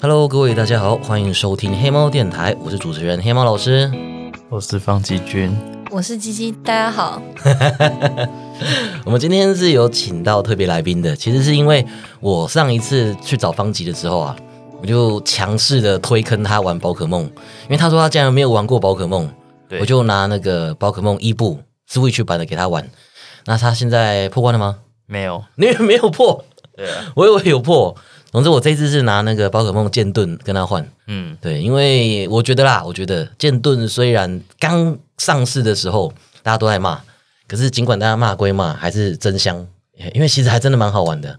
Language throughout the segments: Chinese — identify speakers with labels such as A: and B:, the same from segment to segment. A: Hello，各位大家好，欢迎收听黑猫电台，我是主持人黑猫老师。
B: 我是方吉君，
C: 我是鸡鸡，大家好。
A: 我们今天是有请到特别来宾的，其实是因为我上一次去找方吉的时候啊，我就强势的推坑他玩宝可梦，因为他说他竟然没有玩过宝可梦，
B: 对
A: 我就拿那个宝可梦伊布 Switch 版的给他玩。那他现在破关了吗？
B: 没有，
A: 你以为没有破，
B: 对啊，
A: 我以为有破。总之，我这次是拿那个宝可梦剑盾跟他换。
B: 嗯，
A: 对，因为我觉得啦，我觉得剑盾虽然刚上市的时候大家都在骂，可是尽管大家骂归骂，还是真香，因为其实还真的蛮好玩的。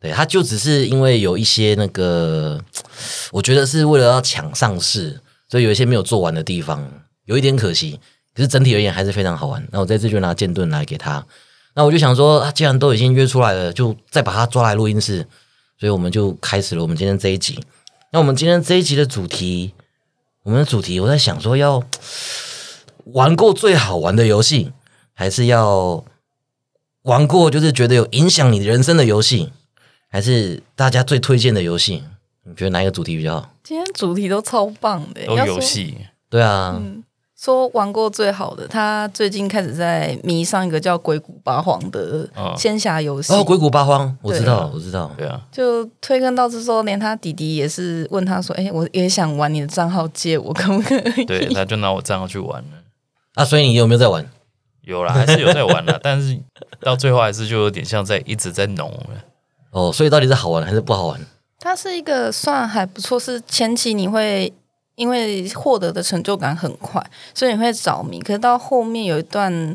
A: 对，它就只是因为有一些那个，我觉得是为了要抢上市，所以有一些没有做完的地方，有一点可惜。可是整体而言还是非常好玩。那我这次就拿剑盾来给他，那我就想说，啊，既然都已经约出来了，就再把他抓来录音室。所以我们就开始了我们今天这一集。那我们今天这一集的主题，我们的主题，我在想说要玩过最好玩的游戏，还是要玩过就是觉得有影响你人生的游戏，还是大家最推荐的游戏？你觉得哪一个主题比较好？
C: 今天主题都超棒的，欸
B: 都
C: 要
B: 游
C: 说
B: 戏，
A: 对啊，
C: 说玩过最好的，他最近开始在迷上一个叫《鬼谷八荒》的
B: 哦
C: 仙侠游戏，
A: 哦，鬼谷八荒，我
C: 对
A: 知道，我知道，
B: 对啊，
C: 就推更到是说，连他弟弟也是问他说：“哎、我也想玩你的账号，借我可不可以？”
B: 对，他就拿我账号去玩了，
A: 啊，所以你有没有在玩？
B: 有啦，还是有在 玩啦，但是到最后还是就有点像在一直在弄了，
A: 哦，所以到底是好玩还是不好玩？
C: 它是一个算还不错，是前期你会因为获得的成就感很快，所以你会着迷。可是到后面有一段，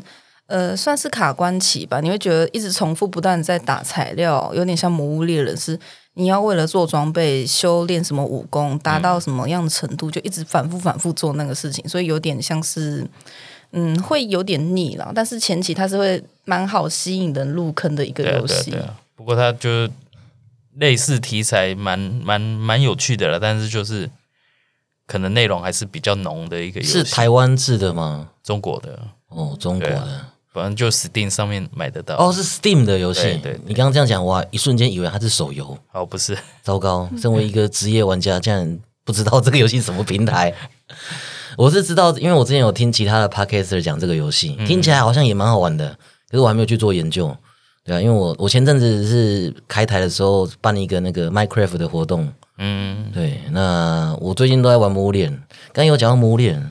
C: 呃，算是卡关期吧，你会觉得一直重复不断地在打材料，有点像《魔物猎人》是。你要为了做装备、修炼什么武功，达到什么样的程度，就一直反复反复做那个事情，所以有点像是，嗯，会有点腻了。但是前期它是会蛮好吸引人入坑的一个
B: 对啊，
C: 游
B: 对啊，
C: 戏
B: 对，啊，不过他就是类似题材蛮蛮蛮有趣的啦，但是就是可能内容还是比较浓的一个游戏，
A: 是台湾制的吗？
B: 中国的，
A: 哦，中国
B: 对
A: 的。
B: 啊反正就 Steam 上面买得到，
A: 哦，是 Steam 的游戏。
B: 对对对
A: 你刚刚这样讲，哇，一瞬间以为它是手游。
B: 哦，不是，
A: 糟糕，身为一个职业玩家，竟然不知道这个游戏是什么平台。 我是知道，因为我之前有听其他的 podcaster 讲这个游戏，听起来好像也蛮好玩的，可是我还没有去做研究。对啊，因为我我前阵子是开台的时候办一个那个 Minecraft 的活动，
B: 嗯，
A: 对，那我最近都在玩《魔物猎人》，刚刚有讲到《魔物猎人》，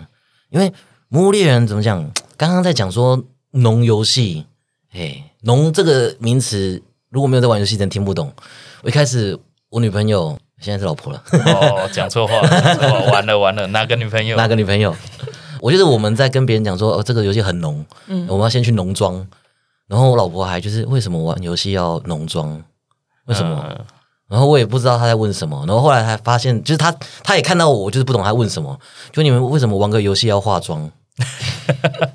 A: 因为《魔物猎人》怎么讲？刚刚在讲说农游戏，嘿，农这个名词如果没有在玩游戏，真的听不懂。我一开始我女朋友现在是老婆了，
B: 哦，讲错话，讲错话，完了完了，哪个女朋友？
A: 哪个女朋友？ 我觉得我们在跟别人讲说，哦，这个游戏很浓，我们要先去农庄。然后我老婆还就是为什么玩游戏要农庄？为什么？
B: 嗯
A: 然后我也不知道他在问什么，然后后来才发现，就是他他也看到我，我就是不懂他问什么，就你们为什么玩个游戏要化妆？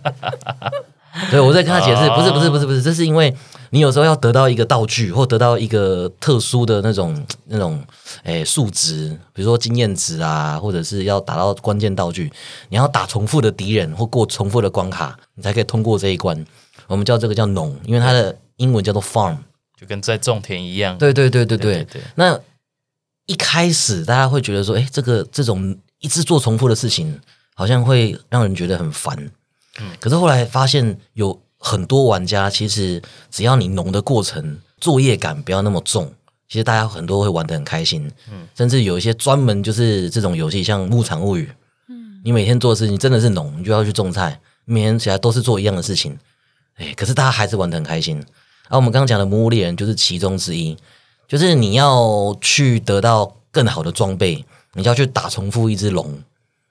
A: 对，我在跟他解释，
B: 啊
A: 不是不是不是不是，这是因为你有时候要得到一个道具或得到一个特殊的那种那种诶数值，比如说经验值啊，或者是要打到关键道具，你要打重复的敌人或过重复的关卡，你才可以通过这一关。我们叫这个叫农，因为它的英文叫做 farm。
B: 就跟在种田一样，
A: 对对对对对
B: 对。对，
A: 那一开始大家会觉得说，哎，这个这种一直做重复的事情，好像会让人觉得很烦。可是后来发现有很多玩家，其实只要你农的过程作业感不要那么重，其实大家很多会玩的很开心。甚至有一些专门就是这种游戏，像《牧场物语》，你每天做的事情真的是农，你就要去种菜，每天起来都是做一样的事情。哎，可是大家还是玩的很开心。而、啊、我们刚刚讲的《魔物猎人》就是其中之一，就是你要去得到更好的装备，你就要去打重复一只龙，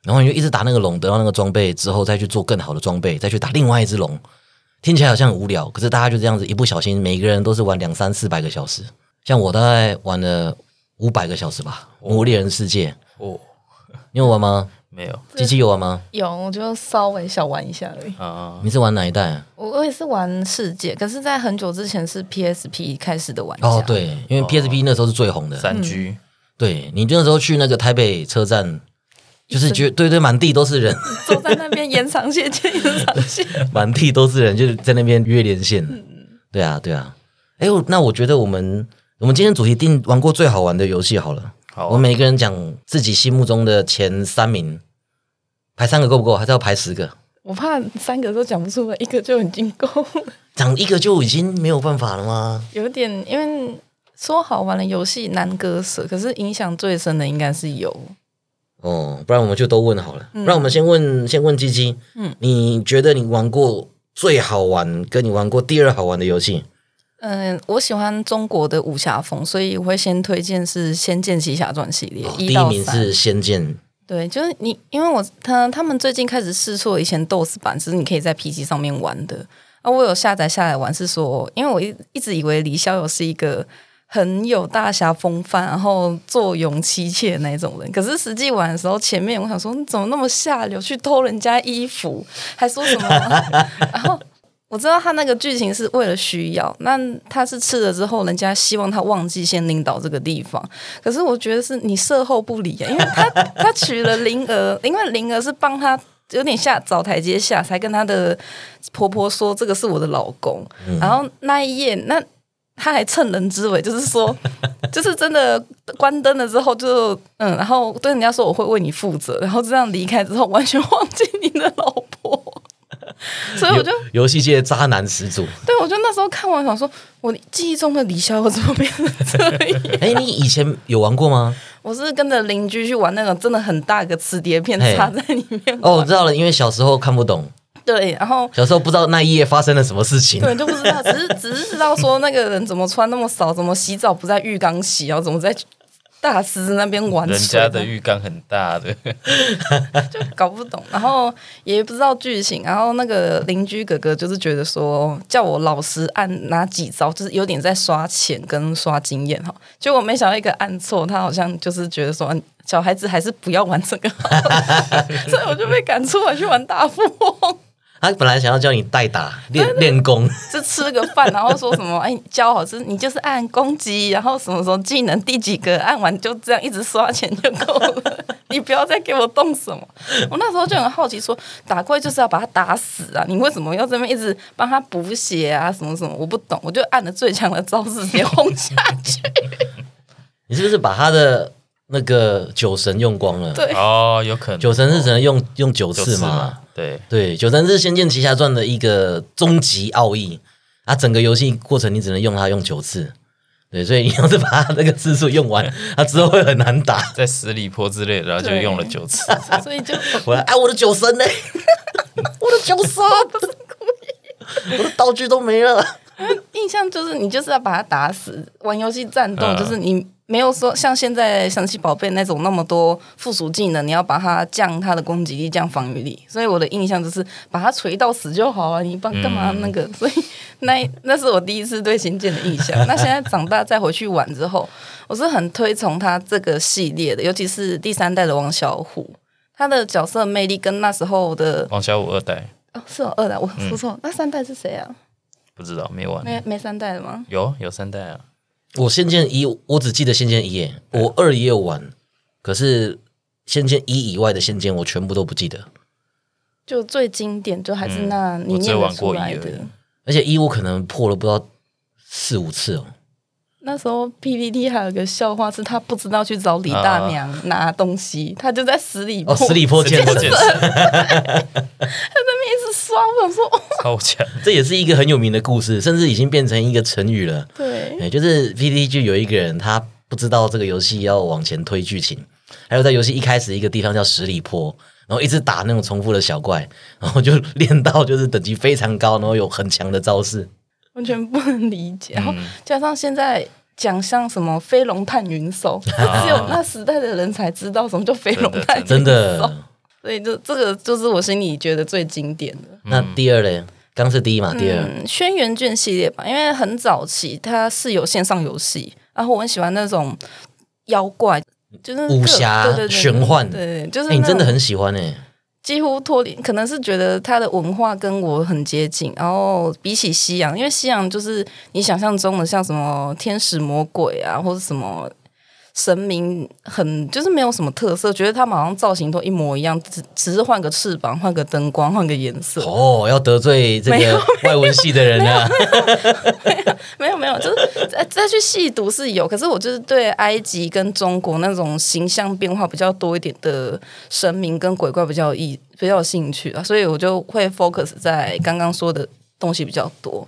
A: 然后你就一直打那个龙，得到那个装备之后，再去做更好的装备，再去打另外一只龙。听起来好像很无聊，可是大家就这样子一不小心，每个人都是玩两三四百个小时。像我大概玩了五百个小时吧，《魔物猎人世界》，
B: 哦，
A: 你有玩吗？
B: 没有，
A: 机器有玩吗？
C: 有我就稍微小玩一下而已。
B: 啊、
A: 你是玩哪一代、啊？
C: 我我也是玩世界，可是，在很久之前是 PSP 开始的玩家。
A: 哦，，对，因为 PSP 那时候是最红的。
B: 三 G，、
A: 对你那时候去那个台北车站，就是觉对对，满地都是人，
C: 坐在那边延长线接延长线。
A: 满地都是人，就是在那边约连线。
C: 嗯
A: 对啊，对啊。哎，我那我觉得我们我们今天主题定玩过最好玩的游戏好了。
B: 好
A: 我
B: 啊，
A: 们每个人讲自己心目中的前三名，排三个够不够？还是要排十个？
D: 我怕三个都讲不出来，一个就已经够了，
A: 讲一个就已经没有办法了吗？
C: 有点因为说好玩的游戏难割舍，可是影响最深的应该是有
A: 哦，不然我们就都问好了。
C: 嗯
A: 让我们先问，先问鸡鸡，嗯，你觉得你玩过最好玩，跟你玩过第二好玩的游戏？
C: 嗯，我喜欢中国的武侠风，所以我会先推荐是《仙剑奇侠传》系列
A: 哦第
C: 一
A: 一
C: 到
A: 名
C: 三
A: 是。《仙剑
C: 对，就是你，因为我他他们最近开始试错以前 DOS 版，是你可以在 PC 上面玩的。啊，我有下载下来玩，是说，因为我一一直以为李逍遥是一个很有大侠风范，然后坐拥妻妾那种人，可是实际玩的时候，前面我想说，你怎么那么下流，去偷人家衣服，还说什么？ 然后我知道他那个剧情是为了需要，那他是吃了之后，人家希望他忘记先领导这个地方。可是我觉得是你事后不理、啊，因为他 他娶了灵儿，因为灵儿是帮他有点下找台阶下，才跟他的婆婆说这个是我的老公。然后那一夜，那他还趁人之危，就是说， 就是真的关灯了之后就嗯，然后对人家说我会为你负责，然后这样离开之后，完全忘记你的老婆。所以我就》
A: 游戏界渣男始 祖。
C: 对，我就那时候看完想说，我记忆中的李逍遥怎么变成这样？
A: 哎，你以前有玩过吗？
C: 我是跟着邻居去玩那种真的很大个磁碟片
A: 嘿
C: 插在里面。
A: 哦，我知道了，因为小时候看不懂，
C: 对，然后
A: 小时候不知道那一夜发生了什么事情。
C: 对就不知道，只是只是知道说那个人怎么穿那么少，怎么洗澡不在浴缸洗，然后怎么在大狮子那边玩水，
B: 人家的浴缸很大的，
C: 就搞不懂，然后也不知道剧情，然后那个邻居哥哥就是觉得说，叫我老实按哪几招，就是有点在刷钱跟刷经验哈。结果没想到一个按错，他好像就是觉得说，嗯小孩子还是不要玩这个 好了，所以我就被赶出来去玩大富翁，
A: 他本来想要叫你代打练练功，
C: 就吃个饭，然后说什么，哎，你教好就是你就是按攻击，然后什么时候技能第几个按完就这样一直刷钱就够了， 你不要再给我动什么。我那时候就很好奇说，打怪就是要把他打死啊，你为什么要这么一直帮他补血啊，什么什么？我不懂，我就按了最强的招式直接轰下去。
A: 你是不是把他的那个酒神用光了？
C: 对
B: 哦，有可能
A: 九神日只能用用九
B: 就
A: 次
B: 是
A: 嘛。
B: 嘛，对，
A: 对，九神是《仙剑奇侠传》的一个终极奥义啊，整个游戏过程你只能用它用九次，对，所以你要是把它那个次数用完，它之后会很难打。
B: 在十里坡之类的，然后就
C: 对
B: 用了 九次，
C: 所以就
A: 我来，哎，我的酒神呢？ 我的酒神，我的道具都没了。
C: 印象就是你就是要把他打死。玩游戏战斗
B: 嗯
C: 就是你没有说像现在神奇宝贝那种那么多附属技能，你要把它降它的攻击力、降防御力。所以我的印象就是把它锤到死就好了，啊你帮干嘛那个？所以那那是我第一 次对仙剑的印象。那现在长大再回去玩之后，我是很推崇它这个系列的，尤其是第三代的王小虎。他的角色魅力跟那时候的
B: 王小五二代
C: 哦是有二代，我说错了，那三代是谁啊？
B: 不知道没玩，
C: 没没三代了吗？
B: 有有三代啊，
A: 我《仙剑一》，我只记得《仙剑一》耶，我二也有玩，可是《仙剑一》以外的《仙剑》我全部都不记得，
C: 就最经典，就还是那你
B: 嗯我只有
C: 念得
B: 玩
C: 出
B: 过一
C: 来
B: 而
C: 的。
B: 已。
A: 而且一我可能破了不知道四五次哦。
C: 那时候 PPT 还有个笑话是，他不知道去找李大娘
B: 啊
C: 拿东西，他就在十里
A: 哦，
C: 坡
A: 十里坡剑
B: 我
A: 神，
B: 见识
C: 那边一直刷。我想说， 哦，
B: 超 强，
A: 这也是一个很有名的故事，甚至已经变成一个成语了。哎
C: 对，
A: 对，就是 PPT 剧有一个人，他不知道这个游戏要往前推剧情，还有在游戏一开始一个地方叫十里坡，然后一直打那种重复的小怪，然后就练到就是等级非常高，然后有很强的招式。
C: 完全不能理
B: 嗯
C: 解。然后加上现在。讲像什么飞龙探云手，
B: 啊
C: 只有那时代的人才知道什么叫飞龙探云手，
A: 真的。
C: 所以就这个就是我心里觉得最经典的。
B: 嗯
A: 那第二嘞，刚是第一嘛，第二、
C: 嗯，轩辕卷系列吧，因为很早期它是有线上游戏，然后我很喜欢那种妖怪，就是各
A: 武侠
C: 对对对
A: 玄幻
C: 对，就是、
A: 哎，你真的很喜欢哎、
C: 几乎脱离，可能是觉得它的文化跟我很接近，然后比起西洋，因为西洋就是你想象中的像什么天使魔鬼啊，或者什么。神明很就是没有什么特色，觉得他们好像造型都一模一样，只只是换个翅膀、换个灯光、换个颜色。
A: 哦，要得罪这
C: 没有
A: 个外文系的人啊，
C: 没有没有，就是再再去细读是有，可是我就是对埃及跟中国那种形象变化比较多一点的神明跟鬼怪比较有意比较有兴趣啊，所以我就会 focus 在刚刚说的东西比较多。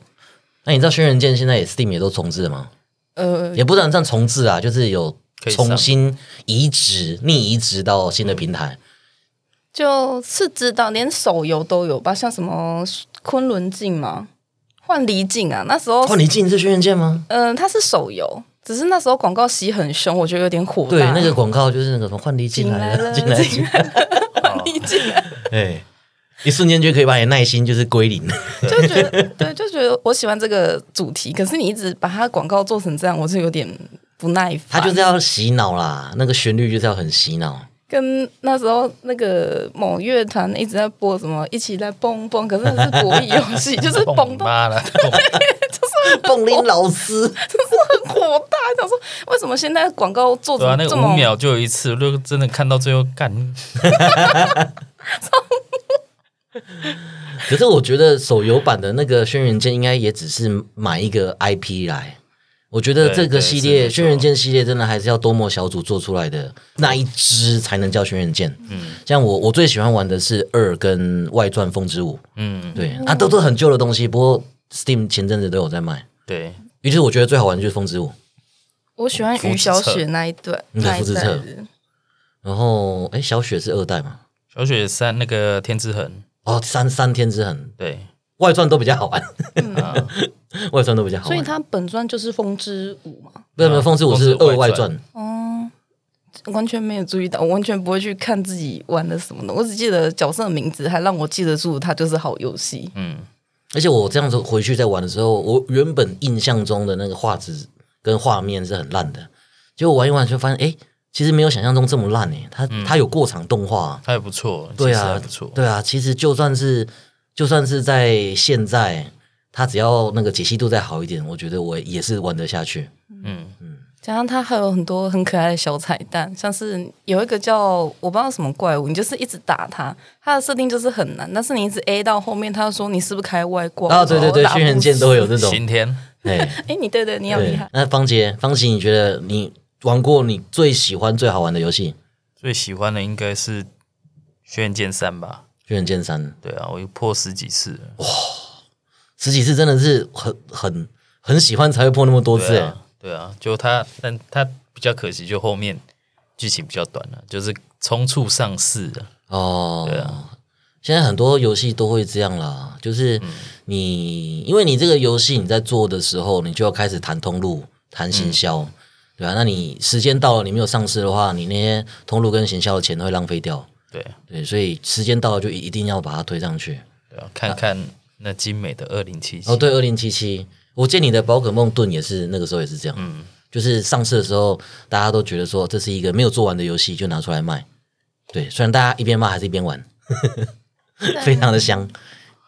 A: 那你知道《轩辕剑》现在也 Steam 也都重置了吗？
C: 呃，
A: 也不能算重置啊，就是有
B: 可以上
A: 重新移植、逆移植到新的平
C: 嗯
A: 台。
C: 就是知道连手游都有吧，像什么昆仑镜嘛，幻离镜啊，那时候
A: 哦，你进是《轩辕剑》吗？
C: 嗯、它是手游，只是那时候广告吸很凶，我觉得有点火大。
A: 对，那个广告就是那个什么幻力进来了，进
C: 进
A: 来
C: 来
A: 了
C: 了，
A: 进
C: 进
A: 来了，哦
C: 幻离镜。
A: 哎，一瞬间就可以把你的耐心就是归零。
C: 就觉得对，就觉得我喜欢这个主题，可是你一直把它广告做成这样，我是有点不耐
A: 他
C: 烦。
A: 就是要洗脑啦，那个旋律就是要很洗 脑。
C: 跟那时候那个某乐团一直在播什么，一起来蹦蹦，可是那是国语游 戏，就是蹦到
B: 妈了，
A: 凤林老师，
C: 很火大，想说为什么现在广告做
B: 对啊，
C: 成
B: 那
C: 这
B: 个
C: 么、
B: 五秒就有一次，就真的看到最后干，
A: 可是我觉得手游版的那个《轩辕剑》应该也只是买一个 IP 来。我觉得
B: 对
A: 这个
B: 对
A: 系
B: 是
A: 列
B: 没
A: 《
B: 错
A: 轩辕剑》系列真的还是要多模小组做出来的那一支才能叫《轩辕剑》。嗯，像我我最喜欢玩的是二跟外传《风之舞》，
B: 嗯，
A: 对，啊，都是很旧的东西，不过 Steam 前阵子都有在卖。
B: 对，
A: 于是我觉得最好玩的就是《风之舞》，
C: 我喜欢于小雪那一段，
A: 嗯
C: 那一
A: 福之
C: 代
A: 侧
C: 的
A: 然后哎，小雪是二代嘛？
B: 小雪山那个天之痕，
A: 哦，三三天之痕，
B: 对，
A: 外传都比较好玩，
B: 啊，
A: 外传都比较好玩。
C: 所以它本传就是风之舞嘛。
A: 不是不是，风之舞
B: 哦风之
A: 是二
B: 外
A: 外
B: 传
A: 传，
C: 哦，完全没有注意到，我完全不会去看自己玩的什么的，我只记得角色的名字，还让我记得住它就是好游戏。
B: 嗯，
A: 而且我这样子回去再玩的时候，我原本印象中的那个画质跟画面是很烂的，结果玩一玩就发现，哎，其实没有想象中这么烂诶，它
C: 嗯
A: 它有过场动画啊、
B: 还不错，
A: 对
B: 其实还
A: 啊
B: 不错，，
A: 对啊，其实就算是就算是在现在，它只要那个解析度再好一点，我觉得我也是玩得下 去。
B: 嗯，
C: 加上它还有很多很可爱的小彩蛋，像是有一个叫我不知道什么怪物，你就是一直打它，它的设定就是很难，但是你一直 A 到后面，它就说你是不是开外挂？
A: 啊，对对对，
C: 然后打
A: 轩
C: 不
A: 辕剑都会有这种，
B: 刑天，
A: 哎，
C: 哎，你对对，你好厉
A: 对
C: 害。。
A: 那芳杰，芳琪，你觉得你玩过你最喜欢、最好玩的游戏《
B: 最喜欢的应该是《轩辕剑三》吧？
A: 轩辕剑三》？
B: 对啊，我又破十几次了，
A: 哦十几次真的是很很很喜欢才会破那么多次、
B: 对
A: 欸。
B: 啊，对啊，就它，但它比较可惜，就后面剧情比较短了，就是冲促上市了，
A: 哦，
B: 对啊，嗯
A: 现在很多游戏都会这样啦，就是你、因为你这个游戏你在做的时候，你就要开始谈通路、谈行销，
B: 嗯
A: 对啊，那你时间到了，你没有上市的话，你那些通路跟行销的钱会浪费掉。
B: 对啊
A: 对，所以时间到了就一定要把它推上去。
B: 对啊，看看那精美的二零七七
A: 哦，，对，二零七七，我见你的宝可梦盾也是那个时候也是这样，嗯，就是上市的时候，大家都觉得说这是一个没有做完的游戏，就拿出来卖。对，虽然大家一边骂还是一边玩，非常的香。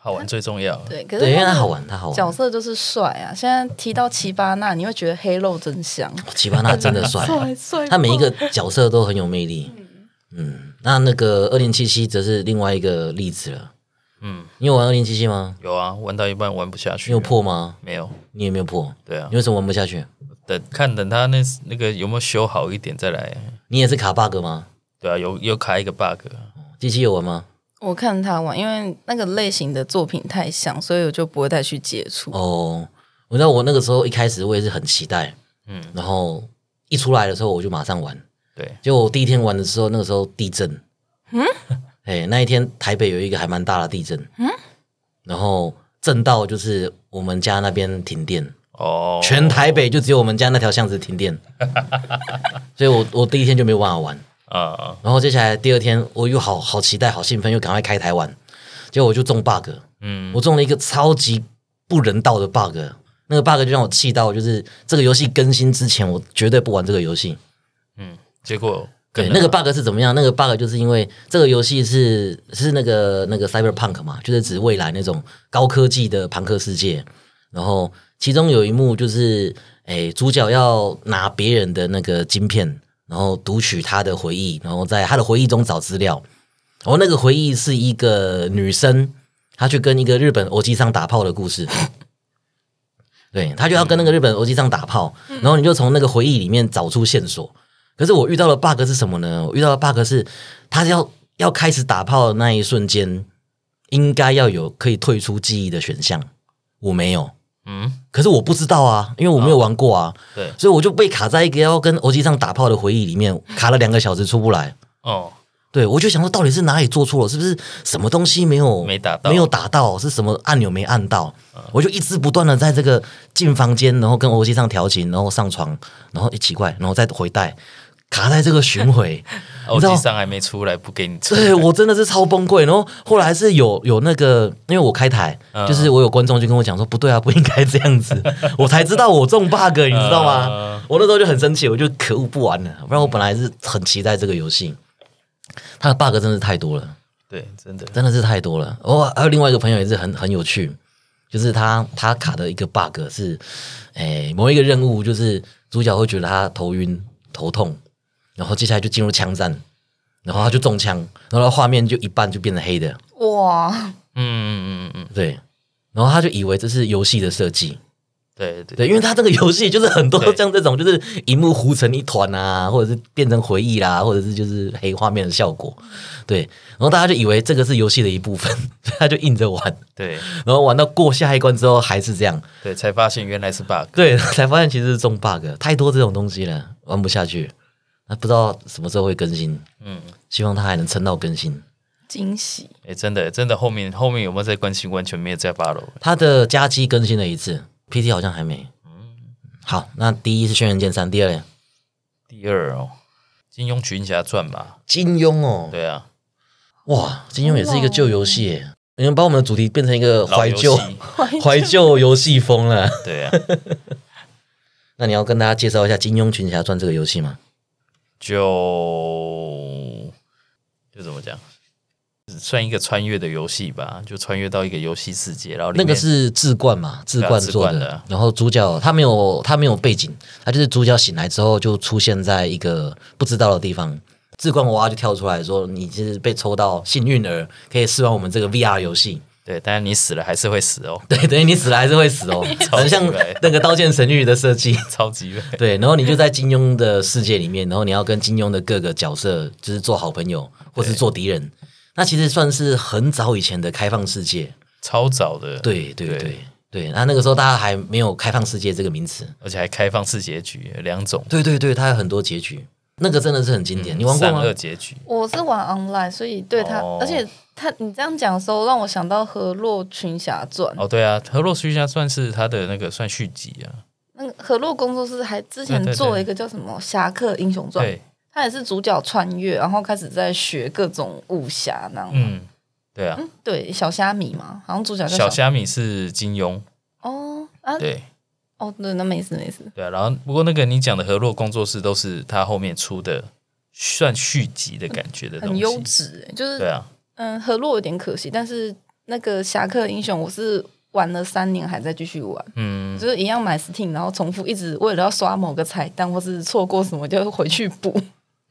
B: 好玩最重要，
C: 对，可是
A: 对，因为
C: 它
A: 它
C: 的
A: 好玩，它好
C: 角
A: 玩。
C: 色就是帅啊！现在提到奇巴纳，你会觉得黑肉真香。
A: 奇巴纳真 的帅，
D: 帅帅爆，
A: 他每一个角色都很有魅力。嗯，那那个二零七七则是另外一个例子了。
B: 嗯，
A: 你有玩二零七七吗？
B: 有啊，玩到一半玩不下去，
A: 你有破吗？
B: 没有？
A: 你也没有破，
B: 对啊
A: 你，为什么玩不下去？
B: 等看等他那那个有没有修好一点再来，
A: 你也是卡 bug 吗？
B: 对啊，有有卡一个 bug，
A: 机器有玩吗？
C: 我看他玩，因为那个类型的作品太像，所以我就不会再去接触。
A: 哦，我知道我那个时候一开始我也是很期待，嗯
B: 嗯，
A: 然后一出来的时候我就马上玩，
B: 对，
A: 结果我第一天玩的时候，那个时候地震，嗯，哎，那一天台北有一个还蛮大的地震，嗯，然后震到就是我们家那边停电，
B: 哦，
A: 全台北就只有我们家那条巷子停电，所以我我第一天就没有办法玩，
B: 啊，
A: 然后接下来第二天我又好好期待、好兴奋，又赶快开台玩，结果我就中 bug，
B: 嗯，
A: 我中了一个超级不人道的 bug，那个 bug 就让我气到，就是这个游戏更新之前，我绝对不玩这个游戏。
B: 嗯，结果
A: 对，那个 bug 是怎么样？那个 bug 就是因为这个游戏是是那个那个 cyberpunk 嘛，就是指未来那种高科技的朋克世界。然哎后其中有一幕就是，诶，主角要拿别人的那个晶片然后读取他的回忆，然后在他的回忆中找资料。然后那个回忆是一个女生，她去跟一个日本欧机上打炮的故事。对，她就要跟那个日本欧机上打炮，然后你就从那个回忆里面找出线索。可是我遇到的 bug 是什么呢？我遇到的 bug 是，他要要开始打炮的那一瞬间，应该要有可以退出记忆的选项，我没有。
B: 嗯，
A: 可是我不知道啊，因为我没有玩过啊，
B: 对，
A: 所以我就被卡在一个要跟欧机上打炮的回忆里面，卡了两个小时出不来。
B: 哦，
A: 对，我就想说，到底是哪里做错了？是不是什么东西没有
B: 没打到嗯
A: 没有打到？是什么按钮没按到？我就一直不断的在这个进房间，然后跟欧机上调情，然后上床，然后一、奇怪，然后再回带，卡在这个巡 回。
B: 我
A: 知道
B: 哦机上还没出来，不给你出来。
A: 对我真的是超崩溃。然后后来是有有那个，因为我开台，
B: 嗯
A: 就是我有观众就跟我讲说，不对啊，不应该这样 子，我才知道我中 bug，你知道吗？
B: 嗯
A: 我那时候就很生气，我就可恶不玩了，不然我本来是很期待这个游戏，它的 bug 真的是太多了，
B: 对，真的，
A: 真的是太多了。哦，还有另外一个朋友也是很很有趣，就是他他卡的一个 bug 是，诶、某一个任务就是主角会觉得他头晕头痛，然后接下来就进入枪战，然后他就中枪，然后画面就一半就变成黑的，
C: 哇，
B: 嗯嗯嗯嗯，
A: 对，然后他就以为这是游戏的设计，
B: 对对
A: 对，因为他这个游戏就是很多
B: 对
A: 像这种，就是荧幕糊成一团啊，或者是变成回忆啦，或者是就是黑画面的效果，对，然后大家就以为这个是游戏的一部分， 所以他就硬着玩，
B: 对
A: 然后玩到过下一关之后还是这样，
B: 对，才发现原来是 bug。
A: 对，才发现其实是中 bug，太多这种东西了，玩不下去，那不知道什么时候会更新，
B: 嗯，
A: 希望他还能撑到更新。
C: 惊喜！
B: 哎，真的真的，后面后面有没有在更新，完全没有在 follow。
A: 他的加机更新了一次，PT 好像还没。
B: 嗯
A: 好，那第一是《轩辕剑三》，第二嘞
B: 第二哦，《金庸群侠传》吧，
A: 金庸哦，
B: 对啊，
A: 哇，金庸也是一个旧游戏耶，你们把我们的主题变成一个
B: 老
A: 怀
B: 游
A: 旧
B: 戏
A: 怀旧游戏风了。
B: 对啊，
A: 那你要跟大家介绍一下《金庸群侠传》这个游戏吗？
B: 就就怎么讲，算一个穿越的游戏吧，就穿越到一个游戏世界，然后里
A: 那
B: 面
A: 个是志冠嘛，志冠做
B: 志
A: 的。
B: 冠的
A: 然后主角他没有他没有背景，他就是主角醒来之后就出现在一个不知道的地方。志冠娃娃就跳出来说：“你是被抽到幸运儿，可以试玩我们这个 VR 游 戏。
B: 对，但是你死了还是会死哦，
A: 对，等于你死了还是会死 哦，很像那个《刀剑神域》的设计。
B: 超级 累。
A: 对，然后你就在金庸的世界里面，然后你要跟金庸的各个角色就是做好朋友，或是做敌人。那其实算是很早以前的开放世界。
B: 超早的，
A: 对对对对那那个时候大家还没有“开放世界”这个名词。
B: 而且还开放式结局两种，
A: 对对对，它有很多结局，那个真的是很经典。你玩过
B: 嗯善
A: 吗
B: 恶？结局，
C: 我是玩 online，所以对他，
B: 哦
C: 而且他你这样讲的时候，让我想到《河洛群侠传》
B: 哦，对啊，《河洛群侠》算是他的那个算续集啊，
C: 那个河洛工作室还之
B: 对
C: 前
B: 对对
C: 做了一个叫什么《侠客英雄传》，
B: 对，
C: 他也是主角穿越，然后开始在学各种武侠那样。嗯
B: 嗯，对啊，
C: 对，小虾米嘛，好像主角叫
B: 小虾米是金庸，
C: 哦啊
B: 对
C: 哦，对，那没事没事。
B: 对啊，然后不过那个你讲的河洛工作室都是他后面出的，算续集的感觉的东
C: 很
B: 西，
C: 优质欸，就是
B: 对啊，
C: 嗯，河洛有点可惜，但是那个侠客英雄我是玩了三年还在继续玩，
B: 嗯，
C: 就是一样买 Steam，然后重复一直为了要刷某个彩蛋或是错过什么就回去补，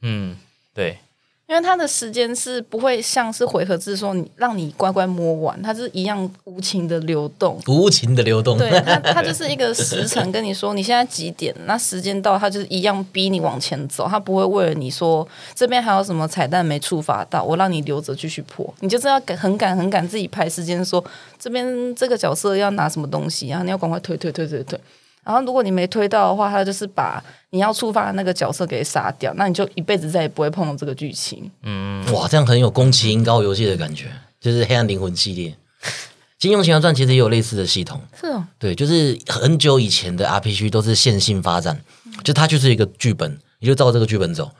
B: 嗯，对，
C: 因为它的时间是不会像是回合制说你让你乖乖摸完，它是一样无情的流动。
A: 无情的流动。
C: 对它，它就是一个时辰，跟你说你现在几点，那时间到，它就是一样逼你往前走，它不会为了你说这边还有什么彩蛋没触发到，我让你留着继续破，你就是要赶很赶很赶自己排时间说，这边这个角色要拿什么东西，然后你要赶快推推推推推。然后，如果你没推到的话，它就是把你要触发的那个角色给杀掉，那你就一辈子再也不会碰到这个剧情。
A: 哇，这样很有宫崎英高游戏的感觉，就是《黑暗灵魂》系列，《金庸群侠传》其实也有类似的系统。
C: 是哦，
A: 对，就是很久以前的 RPG 都是线性发展，就它就是一个剧本，你就照这个剧本走。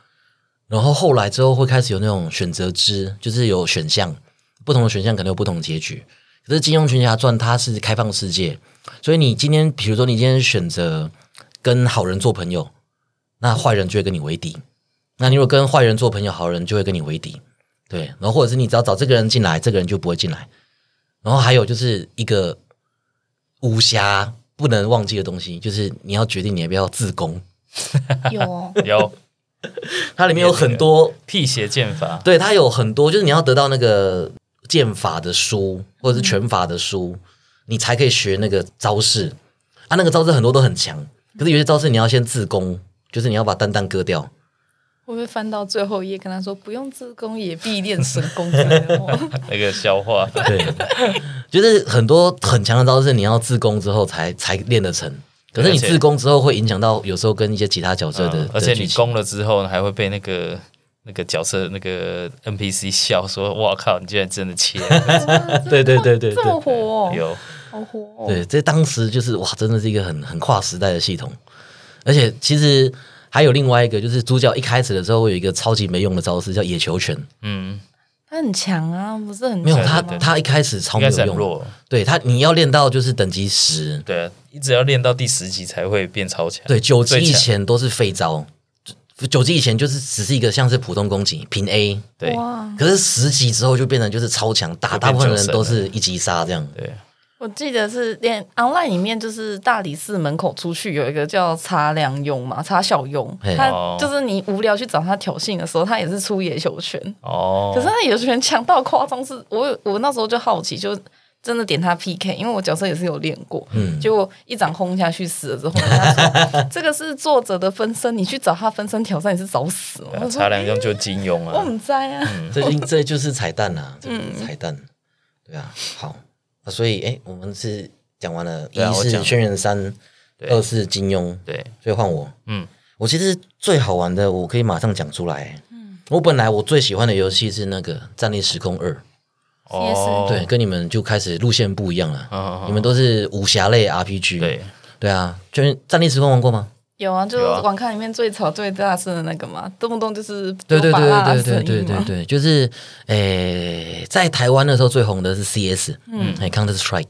A: 然后后来之后会开始有那种选择之，就是有选项，不同的选项可能有不同的结局。可是《金庸群侠传》它是开放世界，所以你今天比如说你今天选择跟好人做朋友，那坏人就会跟你为敌。那你如果跟坏人做朋友，好人就会跟你为敌。对，然后或者是你只要找这个人进来，这个人就不会进来。然后还有就是一个武侠不能忘记的东西，就是你要决定你要不要自宫。
C: 有哦，
B: 有
A: 它里面有很多，
B: 辟邪剑法，
A: 对，它有很多，就是你要得到那个剑法的书或者是拳法的书，你才可以学那个招式。啊，那个招式很多都很强，可是有些招式你要先自宫，就是你要把蛋蛋割掉。
D: 会不会翻到最后一页跟他说不用自宫也必练神功之类的哦话？
B: 那个消化，
A: 对，就是很多很强的招式，你要自宫之后才才练得成。可是你
B: 而且
A: 自宫之后，会影响到有时候跟一些其他角色的，
B: 嗯而且
A: 的剧
B: 你
A: 情
B: 攻了之后还会被那个。那个角色，那个 NPC 笑说：“哇靠，你竟然真的切！”
A: 对对对对
D: 这么
A: 对，
D: 火、哦，
B: 有
D: 好火、哦。
A: 对，这当时就是哇，真的是一个很很跨时代的系统。而且其实还有另外一个，就是主角一开始的时候会有一个超级没用的招式叫野球拳，
B: 嗯，
D: 他很强啊，不是很
A: 没有
D: 强
A: 他
D: 吗
B: 对
A: 他一开始超
B: 应
A: 没
B: 该
A: 有
B: 是很
A: 用，
B: 弱。
A: 对他你要练到就是等级十，
B: 对啊，一直要练到第十级才会变超强。
A: 对，九级
B: 最
A: 以
B: 强
A: 前都是废招，九级以前就是只是一个像是普通攻击平 A，
B: 对
D: 哇！
A: 可是十级之后就变成就是超强，大
B: 就变
A: 大部分人
B: 九神
A: 都
B: 了
A: 是一击杀这样。
B: 对，
D: 我记得是练 online 里面，就是大理寺门口出去有一个叫查良镛嘛，查小镛
A: 嘿，
D: 他
B: 哦
D: 就是你无聊去找他挑衅的时候，他也是出野球拳，
B: 哦，
D: 可是他野球拳强到夸张，是我有我那时候就好奇，就真的点他 PK，因为我角色也是有练过，
A: 嗯
D: 结果一掌轰下去死了之后，人家说 这个是作者的分身，你去找他分身挑战，你是找死吗？
B: 对啊
D: 我说
B: 查良镛就金庸
D: 我
B: 啊，
D: 很栽啊，
A: 这 就这就是彩蛋啊，这
B: 嗯
A: 就是彩蛋，对啊，好，啊所以哎，我们是讲完了，
B: 对啊
A: 一
B: 我
A: 是
B: 讲
A: 轩辕三，
B: 对
A: 二是金庸，
B: 对，
A: 所以换我，
B: 嗯，
A: 我其实最好玩的，我可以马上讲出来。
B: 嗯
A: 我本来我最喜欢的游戏是那个《战力时空二》，
B: 哦，
A: 对，跟你们就开始路线不一样了。
B: 嗯，
A: 你们都是武侠类 RPG，
B: 对，
A: 对啊，就是《战力时空》玩过吗？
D: 有啊，就是
B: 有啊
D: 网咖里面最吵最大声的那个嘛，动不动就是
A: 对对
D: 有
A: 对
D: 把蜡的
A: 对
D: 声
A: 对
D: 音
A: 对
D: 嘛
A: 对对，就是诶、在台湾的时候最红的是 CS，嗯，Counter Strike，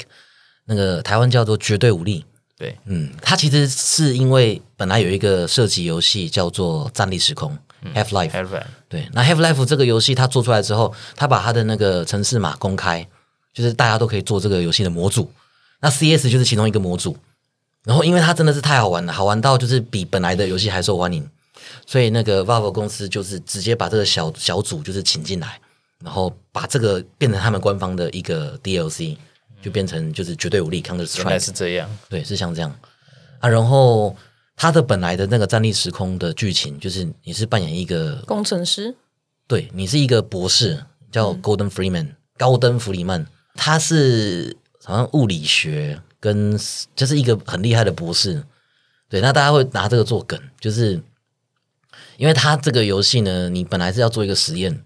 A: 那个台湾叫做《绝对武力》。
B: 对，
A: 嗯，它其实是因为本来有一个射击游戏叫做《战力时空》（Half Life），
B: 还软，
A: 对，那 Half Life 这个游戏它做出来之后，它把它的那个城市码公开，就是大家都可以做这个游戏的模组。那 CS 就是其中一个模组。然后因为它真的是太好玩了，好玩到就是比本来的游戏还受欢迎，所以那个 Valve 公司就是直接把这个小小组就是请进来，然后把这个变成他们官方的一个 DLC，就变成就是绝对武力 Counter
B: 原来
A: Strike，
B: 是这样，
A: 对，是像这样啊。然后它的本来的那个战力时空的剧情，就是你是扮演一个
D: 工程师
A: 对你是一个博士，叫 Golden Freeman，、高登弗里曼，他是好像物理学跟就是一个很厉害的博士。对，那大家会拿这个做梗，就是因为他这个游戏呢，你本来是要做一个实验，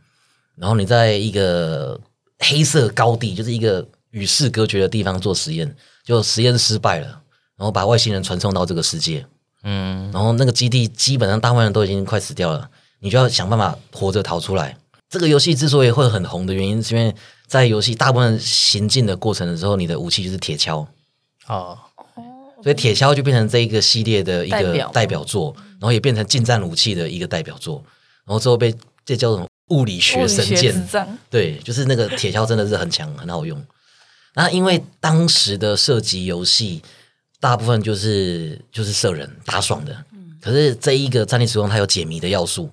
A: 然后你在一个黑色高地，就是一个与世隔绝的地方做实验，就实验失败了，然后把外星人传送到这个世界，
B: 嗯，
A: 然后那个基地基本上大部分人都已经快死掉了，你就要想办法活着逃出来。这个游戏之所以会很红的原因，是因为在游戏大部分行进的过程的时候，你的武器就是铁锹，
B: 哦，
A: 所以铁锹就变成这一个系列的一
D: 代
A: 个
D: 表
A: 代表作，然后也变成近战武器的一个代表作，然后之后被这叫什么物理
D: 物
A: 学
D: 理
A: 神
D: 学之
A: 剑，
D: 战，
A: 对，就是那个铁锹真的是很强，很好用。那因为当时的射击游戏大部分就是就是射人打爽的，可是这一个战力时空它有解谜的要素，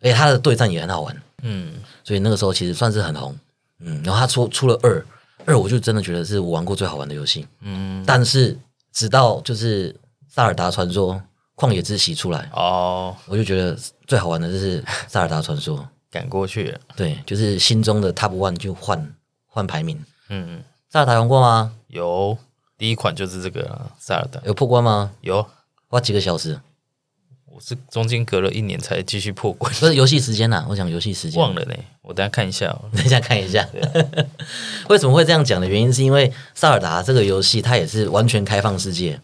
A: 而且它的对战也很好玩，
B: 嗯，
A: 所以那个时候其实算是很红。嗯，然后它出出了二二，我就真的觉得是我玩过最好玩的游戏。
B: 嗯，
A: 但是直到就是《萨尔达传说：旷野之息》出来，
B: 哦，
A: 我就觉得最好玩的就是《萨尔达传说》。
B: 赶过去了，
A: 对，就是心中的 Top One 就换换排名。
B: 嗯，
A: 萨尔达玩过吗？
B: 有第一款就是这个啊萨尔达，
A: 有破关吗？
B: 有，
A: 花几个小时？
B: 我是中间隔了一年才继续破关，
A: 不是游戏时间呐、我讲游戏时间。
B: 忘了呢，我等下看一下哦，
A: 等一下看一下。 为什么会这样讲的原因，是因为《萨尔达》这个游戏它也是完全开放世界，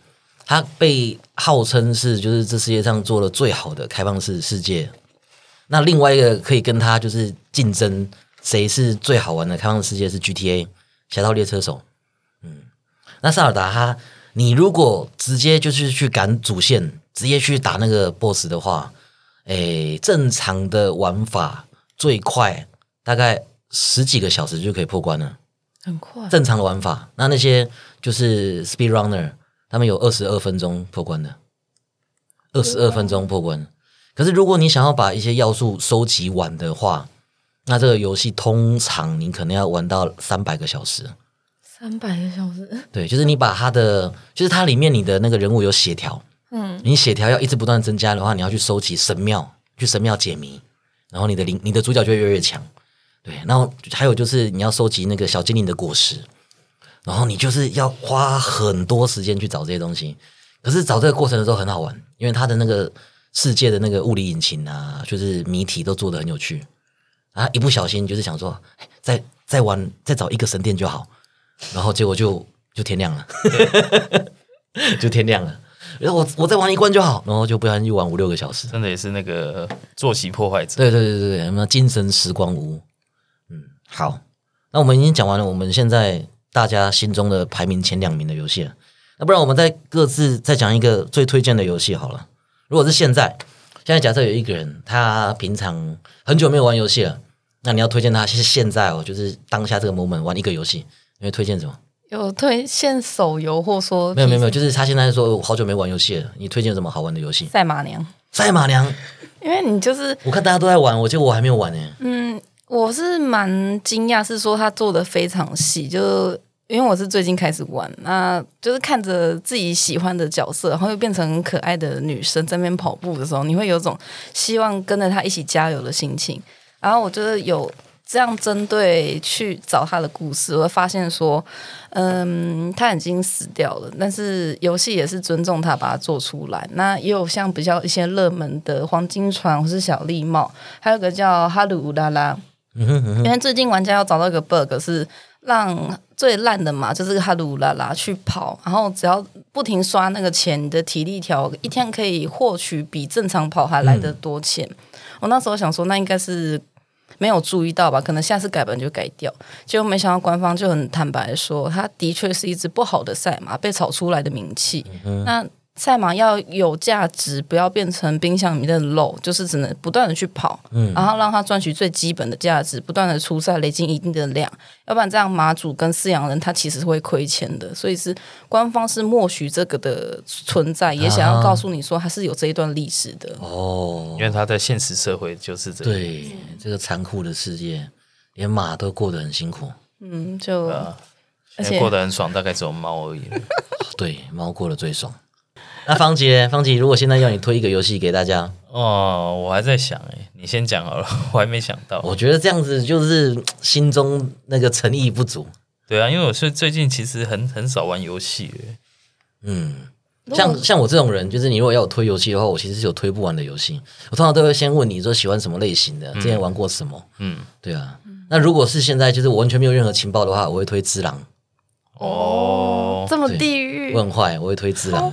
A: 它被号称是就是这世界上做的最好的开放式世界。那另外一个可以跟它就是竞争，谁是最好玩的开放世界是 GTA《侠盗猎车手》。嗯，那《萨尔达》它，你如果直接就是去赶主线，直接去打那个 BOSS 的话，诶，正常的玩法最快大概十几个小时就可以破关了。
D: 很快，
C: 嗯
A: 正常的玩法，那那些就是 speed runner，他们有二十二分钟破关的，二十二分钟破关。可是如果你想要把一些要素收集完的话，那这个游戏通常你可能要玩到三百个小时。
D: 三百个小时，
A: 对，就是你把它的，就是它里面你的那个人物有血条，嗯，你血条要一直不断增加的话，你要去收集神庙，去神庙解谜，然后你的灵，你的主角就会越来越强。对，然后还有就是你要收集那个小精灵的果实，然后你就是要花很多时间去找这些东西。可是找这个过程的时候很好玩，因为它的那个世界的那个物理引擎啊，就是谜题都做的很有趣。啊，一不小心就是想说，哎再再玩再找一个神殿就好，然后结果就就天亮了， 就天亮了。然后我我再玩一关就好，然后就不小心就玩五六个小时。
B: 真的也是那个作息破坏者。
A: 对对对对对，什么精神时光屋？嗯，好，那我们已经讲完了，我们现在大家心中的排名前两名的游戏了。那不然我们再各自再讲一个最推荐的游戏好了。如果是现在，现在假设有一个人他平常很久没有玩游戏了，那你要推荐他是现在哦，就是当下这个 moment 玩一个游戏，你会推荐什么？
D: 有推荐手游或说
A: 没有没有没有，就是他现在说我好久没玩游戏了，你推荐什么好玩的游戏？
C: 赛马娘，
A: 赛马娘，
C: 因为你就是
A: 我看大家都在玩，我结果我还没有玩呢、
C: 嗯，我是蛮惊讶，是说他做的非常细，就因为我是最近开始玩，那就是看着自己喜欢的角色，然后又变成很可爱的女生在那边跑步的时候，你会有种希望跟着她一起加油的心情。然后我觉得有这样针对去找她的故事，我会发现说，嗯，她已经死掉了，但是游戏也是尊重她，把它做出来。那也有像比较一些热门的黄金船或是小绿帽，还有个叫哈鲁乌拉拉，
A: 嗯哼嗯哼，
C: 因为最近玩家要找到一个 bug 是让最烂的马就是哈鲁拉拉去跑，然后只要不停刷那个钱，你的体力条一天可以获取比正常跑还来得多钱。我那时候想说，那应该是没有注意到吧，可能下次改版就改掉。结果没想到官方就很坦白地说，它的确是一只不好的赛马，被炒出来的名气。那赛马要有价值，不要变成冰箱里面的肉，就是只能不断的去跑，然后让它赚取最基本的价值，不断的出赛，累积一定的量，要不然这样马主跟饲养人他其实是会亏钱的，所以是官方是默许这个的存在，也想要告诉你说它是有这一段历史的。
A: 哦
B: 因，为他在现实社会就是这样，
A: 对，这个残酷的世界，连马都过得很辛苦。
C: 嗯，就、
A: 呃
B: 啊，现
C: 而且
B: 在过得很爽，大概只有猫而已。
A: 对，猫过得最爽。那方杰，方杰，如果现在要你推一个游戏给大家，
B: 哦，我还在想哎、你先讲好了，我还没想到。
A: 我觉得这样子就是嗯心中那个诚意不足。
B: 对啊，因为我是最近其实很很少玩游戏欸耶，
A: 嗯，像像我这种人，就是你如果要我推游戏的话，我其实是有推不完的游戏。我通常都会先问你说喜欢什么类型的，之前玩过什么。
B: 嗯，
A: 对啊，那如果是现在就是我完全没有任何情报的话，我会推《只狼》。
B: 哦，
D: 这么
A: 对
D: 地狱
A: 我，很坏，我会推《只
C: 哦
A: 狼》。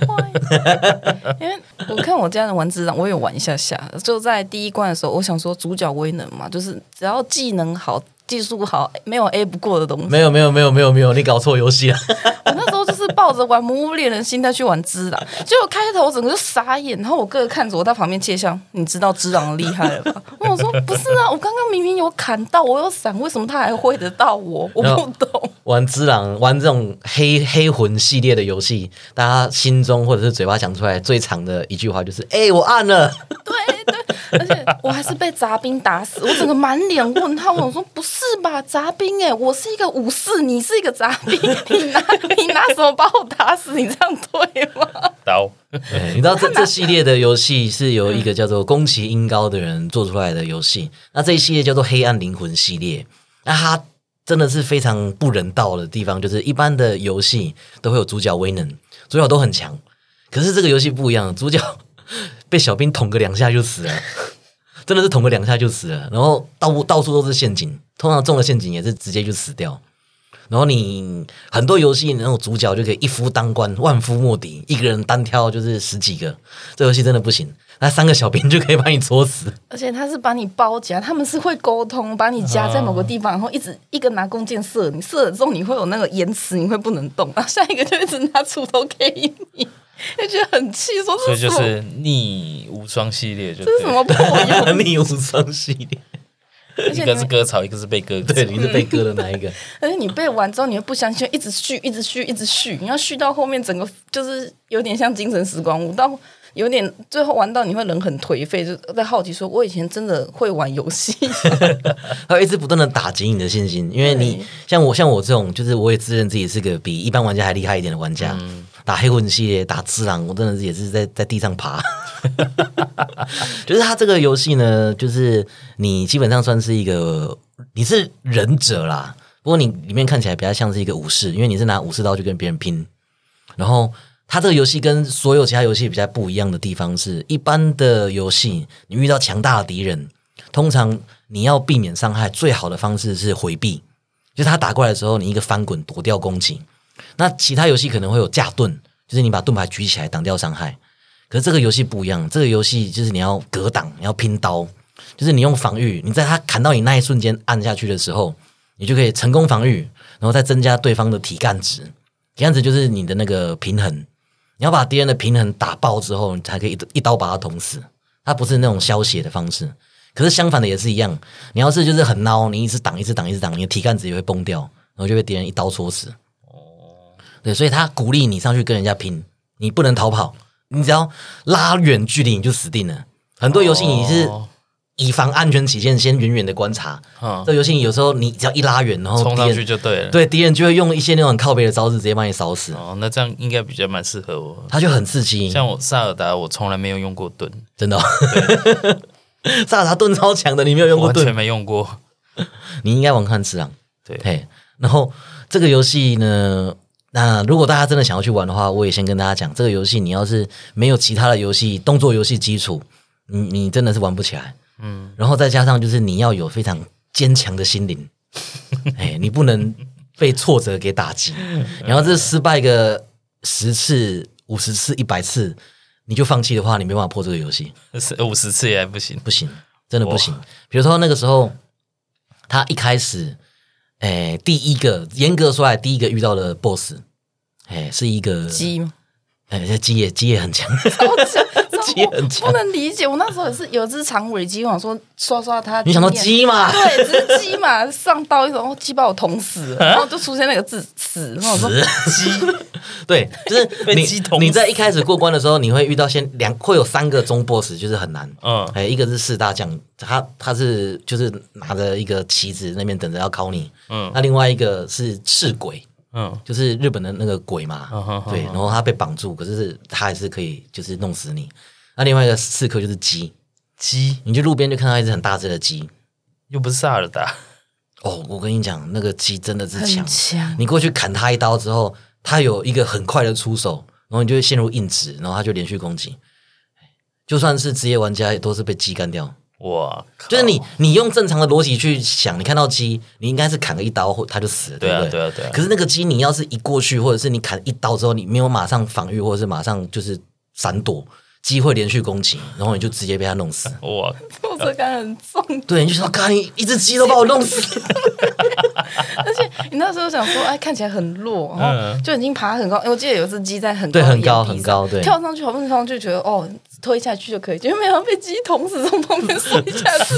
C: 我看我家人玩智障，我也玩一下下。就在第一关的时候，我想说主角威能嘛，就是只要技能好、技术好，没有 A 不过的东西。
A: 没有没有没有没有没有，你搞错游戏了。
C: 我那时候就是抱着玩《魔物猎人》心态去玩只狼，结果开头我整个就傻眼，然后我哥哥看着我在旁边窃笑，你知道只狼厉害了 吧？我说不是啊，我刚刚明明有砍到，我有闪，为什么他还会得到我？我不懂。
A: 玩《只狼》玩这种黑黑魂系列的游戏，大家心中或者是嘴巴讲出来最长的一句话就是：“哎、我按了。
C: 对对，而且我还是被杂兵打死，我整个满脸问号。我想说不是吧，杂兵哎、我是一个武士，你是一个杂兵，你拿你拿什么把我打死？你这样对吗？
B: 刀，
A: 对你知道这这系列的游戏是由一个叫做宫崎英高的人做出来的游戏，那这一系列叫做《黑暗灵魂》系列。那它真的是非常不人道的地方，就是一般的游戏都会有主角威能，主角都很强，可是这个游戏不一样，主角被小兵捅个两下就死了。真的是捅个两下就死了，然后到处到处都是陷阱，通常中了陷阱也是直接就死掉。然后你很多游戏那种主角就可以一夫当关，万夫莫敌，一个人单挑就是十几个，这游戏真的不行。那三个小兵就可以把你戳死，
C: 而且他是把你包夹，他们是会沟通，把你夹在某个地方，然后一直一个拿弓箭射你，射了之后你会有那个延迟，你会不能动， 然后下一个就一直拿锄头给你，就觉得很气，说
B: 所
C: 这
B: 以就是
C: 什么
B: 是逆无双系列就，
C: 这是什么破 游？
A: 逆无双系列，
B: 对 一个是割草，一个是被割草。
A: 对，你是被割的那一个。
C: 而且你背完之后，你会不相信，一直续，一直续，一直续，你要续到后面整个就是有点像精神时光屋，到有点最后玩到你会人很颓废，就在好奇说，我以前真的会玩游戏，
A: 还有一直不断的打击你的信心，因为你
C: 对
A: 像我像我这种，就是我也自认自己是个比一般玩家还厉害一点的玩家，打黑魂系列、打只狼，我真的是也是在在地上爬。 就是它这个游戏呢，就是你基本上算是一个你是忍者啦，不过你里面看起来比较像是一个武士，因为你是拿武士刀去跟别人拼。然后它这个游戏跟所有其他游戏比较不一样的地方是，一般的游戏你遇到强大的敌人，通常你要避免伤害，最好的方式是回避，就是他打过来的时候，你一个翻滚躲掉攻击。那其他游戏可能会有架盾，就是你把盾牌举起来挡掉伤害。可是这个游戏不一样，这个游戏就是你要格挡，你要拼刀，就是你用防御，你在他砍到你那一瞬间按下去的时候，你就可以成功防御，然后再增加对方的体干值。体干值就是你的那个平衡，你要把敌人的平衡打爆之后，你才可以一一刀把他捅死。它不是那种消血的方式，可是相反的也是一样，你要是就是很孬，你一直挡一直挡一直挡，你的体干值也会崩掉，然后就被敌人一刀戳死。对，所以他鼓励你上去跟人家拼，你不能逃跑，你只要拉远距离你就死定了。很多游戏你是
B: 哦
A: 以防安全起见，先远远的观察。
B: 嗯
A: 这游戏有时候你只要一拉远，然后
B: 冲
A: 敌
B: 上去
A: 人
B: 就对了。
A: 对敌人就会用一些那种很靠背的招式直接把你扫死，
B: 哦，那这样应该比较蛮适合我。
A: 他就很刺激。
B: 像我塞尔达，我从来没有用过盾，
A: 真的、哦， 萨尔达盾超强的，你没有用
B: 我
A: 过
B: 完全
A: 盾，
B: 没用过。
A: 你应该玩看次郎。
B: 对
A: 嘿，然后这个游戏呢，那如果大家真的想要去玩的话，我也先跟大家讲，这个游戏你要是没有其他的游戏动作游戏基础，你你真的是玩不起来。嗯，然后再加上就是你要有非常坚强的心灵，哎，你不能被挫折给打击，然后这失败个十次、五十次、一百次，你就放弃的话，你没办法破这个游戏。
B: 五十次也还不行。
A: 不行，真的不行。比如说那个时候，他一开始，哎、第一个严格说来，第一个遇到的 BOSS，哎、是一个
C: 鸡嘛，
A: 哎、鸡也鸡也很强， 鸡也很强
C: 不。能理解。我那时候也是有一只长尾鸡，我想说刷刷它，
A: 你想到？鸡嘛？
C: 对，只是鸡嘛，上刀一种，哦鸡把我捅死了，然后就出现那个字死，然后我说
A: 死鸡， 对，就是
B: 被
A: 你
B: 鸡捅
A: 你在一开始过关的时候，你会遇到先两会有三个中 boss，就是很难。
B: 嗯，
A: 哎，一个是四大将，他他是就是拿着一个旗子那边等着要敲你，
B: 嗯
A: 嗯，那另外一个是赤鬼，
B: 嗯，
A: 就是日本的那个鬼嘛，
B: 嗯哼哼
A: 对，然后他被绑住，可是是他还是可以就是弄死你。那另外一个刺客就是鸡，
B: 鸡
A: 你去路边就看到一只很大只的鸡，
B: 又不是塞尔达，
A: 哦，我跟你讲，那个鸡真的是强
C: 很，强，
A: 你过去砍他一刀之后，他有一个很快的出手，然后你就会陷入硬直，然后他就连续攻击。就算是职业玩家，也都是被鸡干掉。
B: 哇，靠
A: 就是你，你用正常的逻辑去想，你看到鸡，你应该是砍个一刀或他就死了，
B: 对啊
A: 不对？
B: 对啊对啊
A: 可是那个鸡，你要是一过去，或者是你砍一刀之后，你没有马上防御，或者是马上就是闪躲，鸡会连续攻击，然后你就直接被它弄死。
B: 哇，
C: 挫折感很重。
A: 对，你就说，看一只鸡都把我弄死，
C: 而且你那时候想说，哎，看起来很弱，然后
B: 嗯
C: 就已经爬很高。哎我记得有一只鸡在很
A: 对，
C: 高的
A: 很高
C: 岩壁
A: 很
C: 上
A: 高，对，
C: 跳上去，好不容易跳上去，觉得哦，推下去就可以，结果没想到被鸡捅死，从旁边摔下 去。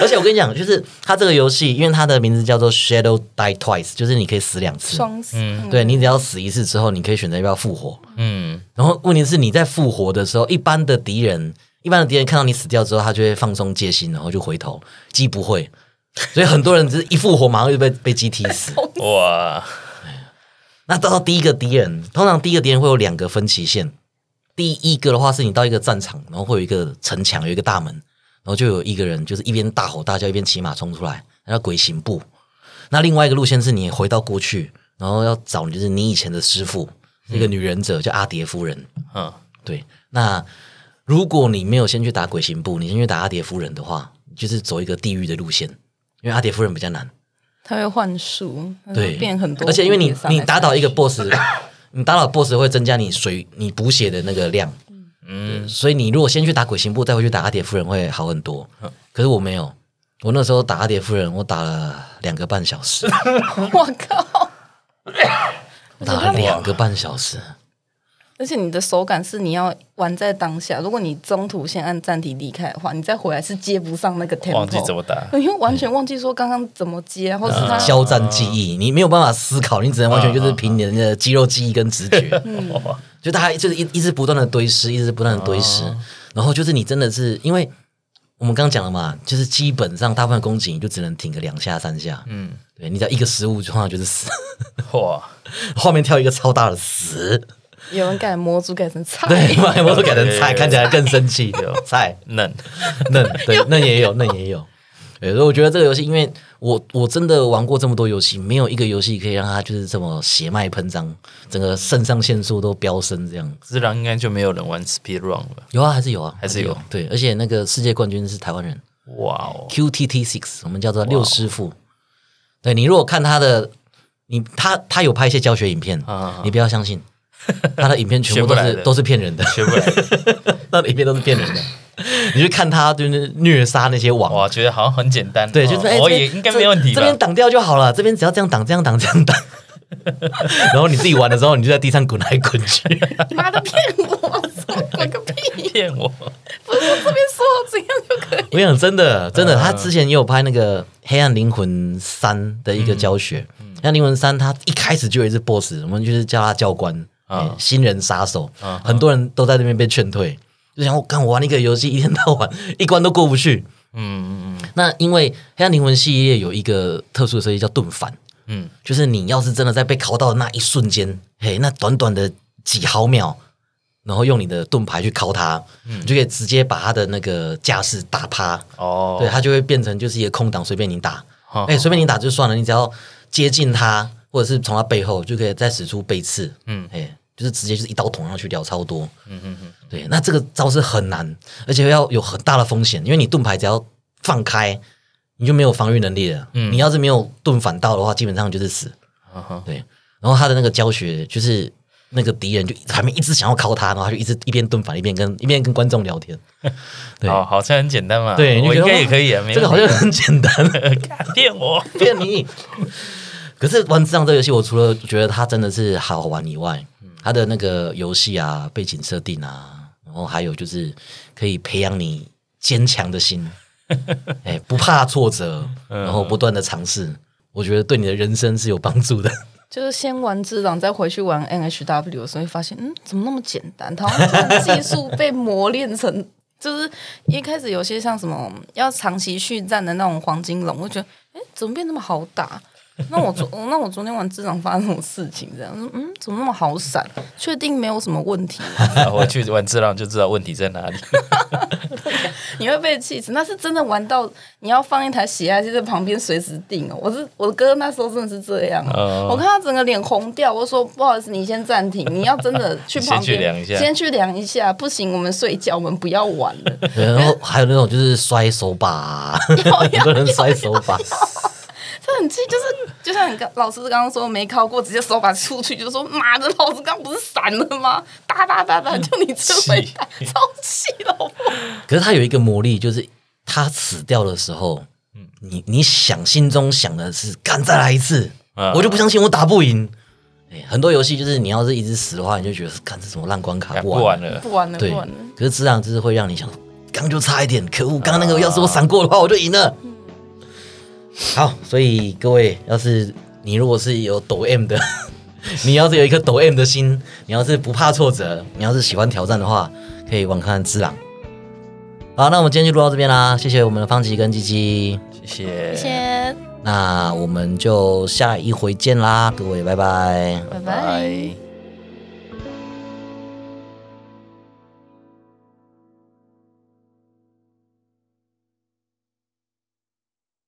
A: 而且我跟你讲，就是它这个游戏，因为它的名字叫做 Shadow Die Twice，就是你可以死两次。
C: 双死，嗯
A: 对你只要死一次之后，你可以选择要不要复活。
B: 嗯，
A: 然后问题是你在复活的时候，一般的敌人，一般的敌人看到你死掉之后，他就会放松戒心，然后就回头。鸡不会，所以很多人只是一复活马上就被被鸡踢死。
B: 哇，
A: 那到到第一个敌人，通常第一个敌人会有两个分歧线。第一个的话是你到一个战场，然后会有一个城墙，有一个大门，然后就有一个人就是一边大吼大叫，一边骑马冲出来，那叫鬼行步。那另外一个路线是你回到过去，然后要找你就是你以前的师傅，是一个女忍者叫阿蝶夫人。
B: 嗯，
A: 对，那如果你没有先去打鬼行部，你先去打阿蝶夫人的话，就是走一个地狱的路线，因为阿蝶夫人比较难。
C: 它会幻术，它
A: 对，
C: 会嗯变很多，
A: 而且因为你你打倒一个 boss，你打倒 boss 会增加你水你补血的那个量，嗯，所以你如果先去打鬼行部，再回去打阿蝶夫人会好很多。可是我没有，我那时候打阿蝶夫人，我打了两个半小 时，
C: 我靠，
A: 我打了两个半小时，
C: 而且你的手感是你要玩在当下，如果你中途先按暂停离开的话，你再回来是接不上那个 tempo，
B: 忘记怎么打。
C: 因为
A: 嗯
C: 完全忘记说刚刚怎么接，或者是他
A: 交战记忆，你没有办法思考，你只能完全就是凭你的那个肌肉记忆跟直觉。 就大家就是一一直不断的堆尸，一直不断的堆尸，然后就是你真的是因为我们刚刚讲了嘛，就是基本上大部分的攻击你就只能挺个两下三下，嗯，对你只要一个失误，通常就是死，
B: 哇，
A: 画面跳一个超大的 死，
C: 有人改魔族改成菜，
A: 对，把 我都改成菜，看起来更生气，菜。
B: 嫩，
A: 嫩， 对，嫩也有，嫩也有。对，所以我觉得这个游戏，因为我我真的玩过这么多游戏，没有一个游戏可以让它就是这么血脉喷张，整个肾上腺素都飙升这样。
B: 自然应该就没有人玩 speed run 了。
A: 有啊，还是有啊，
B: 还是有。
A: 对，而且那个世界冠军是台湾人
B: 哇哦，
A: QTT Six，我们叫做六师傅。对你如果看他的，你他他有拍一些教学影片，
B: 啊
A: 你不要相信，他的影片全部都
B: 学不来
A: 是
B: 的
A: 都是骗人的，
B: 学不来的，
A: 那影片都是骗人的。 你去看他就是虐杀那些网
B: 哇，觉得好像很简单。
A: 对，
B: 哦
A: 就是哎，
B: 我
A: 这边
B: 也应该
A: 这
B: 没问题
A: 这
B: 吧
A: 边？挡掉就好了，这边只要这样挡，这样挡，这样挡。 然后你自己玩的时候，你就在地上滚来滚 去。
C: 妈的骗我，滚个屁！
B: 骗我，
C: 不是我这边说我怎样就可以，
A: 我想真的，真的，
B: 嗯
A: 他之前也有拍那个《黑暗灵魂三》的一个教学，
B: 嗯
A: 黑暗灵魂三》他一开始就有一只 BOSS，我们就是叫他教官，
B: 嗯
A: 哎新人杀手
B: 嗯，
A: 很多人都在那边被劝退，就想我干，我玩一个游戏一天到晚一关都过不去。
B: 嗯嗯嗯
A: 那因为《黑暗灵魂》系列有一个特殊的设计叫盾反，
B: 嗯，
A: 就是你要是真的在被拷到的那一瞬间，嘿，那短短的几毫秒，然后用你的盾牌去拷它，
B: 嗯
A: 你就可以直接把它的那个架势打趴，
B: 哦，
A: 对，它就会变成就是一个空档，随便你打，
B: 好，
A: 哎、随便你打就算了，你只要接近它，或者是从它背后，就可以再使出背刺，
B: 嗯
A: 哎，就是直接就是一刀捅上去，屌超多，
B: 嗯嗯嗯，
A: 对，那这个招式很难，而且要有很大的风险，因为你盾牌只要放开，你就没有防御能力了，
B: 嗯
A: 你要是没有盾反到的话，基本上就是死。
B: 好好
A: 对，然后他的那个教学就是那个敌人就还没一直想要敲他，然后他就一直一边盾反一边跟一边跟观众聊天。对
B: 好，好像很简单嘛。
A: 对，你
B: 我
A: 就
B: 应
A: 觉得
B: 该也
A: 哇
B: 可以啊，没
A: 这个好
B: 问题
A: 像很简单，
B: 骗我，
A: 骗你。可是玩这样这个游戏，我除了觉得它真的是好玩以外，
B: 嗯
A: 它的那个游戏啊、背景设定啊，然后还有就是可以培养你坚强的 心，哎、不怕挫折，
B: 嗯
A: 然后不断的尝试，我觉得对你的人生是有帮助的。
C: 就是先玩智狼，再回去玩 NHW 的时候，会发现嗯，怎么那么简单？它好像这个技术被磨练成，就是一开始有些像什么要长期续战的那种黄金龙，我就觉得哎，怎么变那么好打？那我昨那我昨天玩智狼发生什么事情？这样，嗯，怎么那么好闪？确定没有什么问题吗？
B: 啊我去玩智浪就知道问题在 哪里。
C: 你会被气死。那是真的玩到你要放一台血压计在旁边随时定哦。我是我哥那时候真的是这样、
B: 哦
C: 哦，我看他整个脸红掉，我说不好意思，你先暂停，你要真的去旁
B: 先
C: 边
B: 去量一下
C: 先去量一下，不行我们睡觉，我们不要玩 了。
A: 对然后还有那种就是摔手把、啊 很多人摔手把，
C: 他很气，就是就像你刚老师刚刚说没考过，直接手把出去就说妈的，老子刚不是闪了吗？打打 打打，就你这回打，超气老婆。
A: 可是它有一个魔力，就是它死掉的时候，
B: 嗯
A: 你你想心中想的是干再来一次，
B: 啊
A: 我就不相信我打不赢。哎很多游戏就是你要是一直死的话，你就觉得干这什么烂关卡
B: 哎
A: 不
B: 不
A: 玩
B: 玩了，
C: 不玩了，
A: 对
C: 不玩了。，
A: 可是智障就是会让你想，刚就差一点，可恶！刚刚那个要是我闪过的话，我就赢了。好，所以各位，要是你如果是有抖 M 的， 你要是有一颗抖 M 的心，你要是不怕挫折，你要是喜欢挑战的话，可以玩看看智朗。好，那我们今天就录到这边啦，谢谢我们的方吉跟鸡鸡，
B: 谢谢，
D: 谢谢，
A: 那我们就下一回见啦，各位，拜拜。
D: 拜拜。
B: 拜。